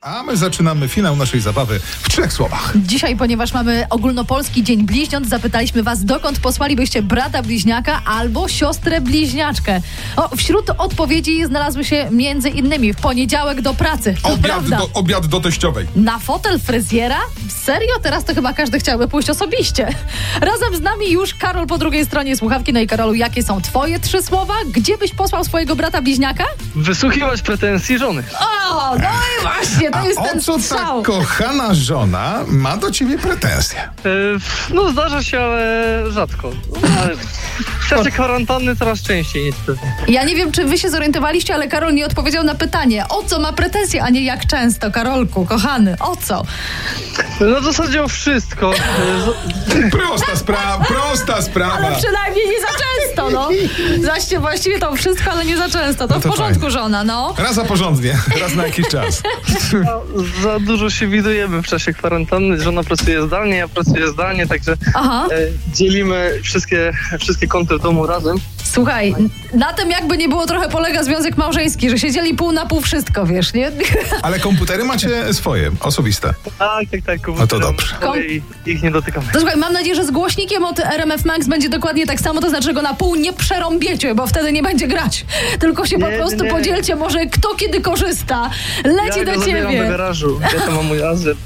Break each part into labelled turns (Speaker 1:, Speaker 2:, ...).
Speaker 1: A my zaczynamy finał naszej zabawy w trzech słowach.
Speaker 2: Dzisiaj, ponieważ mamy ogólnopolski Dzień Bliźniąt, zapytaliśmy Was, dokąd posłalibyście brata bliźniaka albo siostrę bliźniaczkę. O, wśród odpowiedzi znalazły się między innymi w poniedziałek do pracy. To
Speaker 1: Obiad
Speaker 2: prawda.
Speaker 1: do, obiad do teściowej.
Speaker 2: Na fotel fryzjera? Serio? Teraz to chyba każdy chciałby pójść osobiście. Razem z nami już Karol po drugiej stronie słuchawki. No i Karolu, jakie są Twoje trzy słowa? Gdzie byś posłał swojego brata bliźniaka?
Speaker 3: Wysłuchiwać pretensji żony.
Speaker 2: O, no i właśnie, to
Speaker 1: A
Speaker 2: jest
Speaker 1: o
Speaker 2: ten
Speaker 1: co tak ta
Speaker 2: strzał.
Speaker 1: kochana żona ma do ciebie pretensje?
Speaker 3: E, f- No zdarza się, ale rzadko. No, ale W czasie kwarantanny coraz częściej niestety.
Speaker 2: Ja nie wiem, czy wy się zorientowaliście, ale Karol nie odpowiedział na pytanie, o co ma pretensje, a nie jak często. Karolku, kochany, o co?
Speaker 3: No w zasadzie o wszystko. E, z-
Speaker 1: Prosta sprawa, prosta sprawa.
Speaker 2: Ale przynajmniej nie za często, no. Zaście właściwie to wszystko, ale nie za często. To,
Speaker 1: No to
Speaker 2: w porządku,
Speaker 1: fajnie.
Speaker 2: żona, no.
Speaker 1: Raz za porządnie, raz na jakiś czas.
Speaker 3: Za dużo się widujemy w czasie kwarantanny. Żona pracuje zdalnie, ja pracuję zdalnie, także
Speaker 2: Aha,
Speaker 3: e, dzielimy wszystkie, wszystkie kąty w domu razem.
Speaker 2: słuchaj, na tym jakby nie było trochę polega związek małżeński, że siedzieli pół na pół wszystko, wiesz, nie?
Speaker 1: Ale komputery macie swoje, osobiste.
Speaker 3: Tak, tak, tak.
Speaker 1: No to dobrze.
Speaker 3: I ich nie dotykamy.
Speaker 2: To słuchaj, mam nadzieję, że z głośnikiem od RMF Max będzie dokładnie tak samo, to znaczy, że go na pół nie przerąbiecie, bo wtedy nie będzie grać. Tylko się po
Speaker 3: Nie,
Speaker 2: prostu
Speaker 3: nie.
Speaker 2: podzielcie, może kto kiedy korzysta.
Speaker 3: Ja
Speaker 2: Leci
Speaker 3: go
Speaker 2: do
Speaker 3: zabieram do
Speaker 2: ciebie.
Speaker 3: garażu. Ja to mam mój azyl.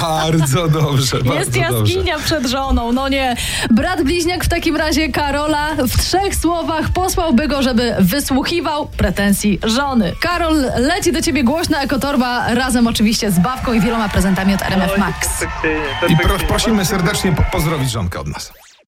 Speaker 1: Bardzo dobrze,
Speaker 2: Jest
Speaker 1: bardzo dobrze.
Speaker 2: jaskinia przed żoną, no nie. Brat bliźniak w takim razie Karola w trzech słowach posłałby go, żeby wysłuchiwał pretensji żony. Karol, leci do ciebie głośna ekotorba, razem oczywiście z bawką i wieloma prezentami od RMF Max.
Speaker 3: Perfekcyjnie,
Speaker 1: I
Speaker 3: perfekcyjnie.
Speaker 1: pro, prosimy serdecznie po- pozdrowić żonkę od nas.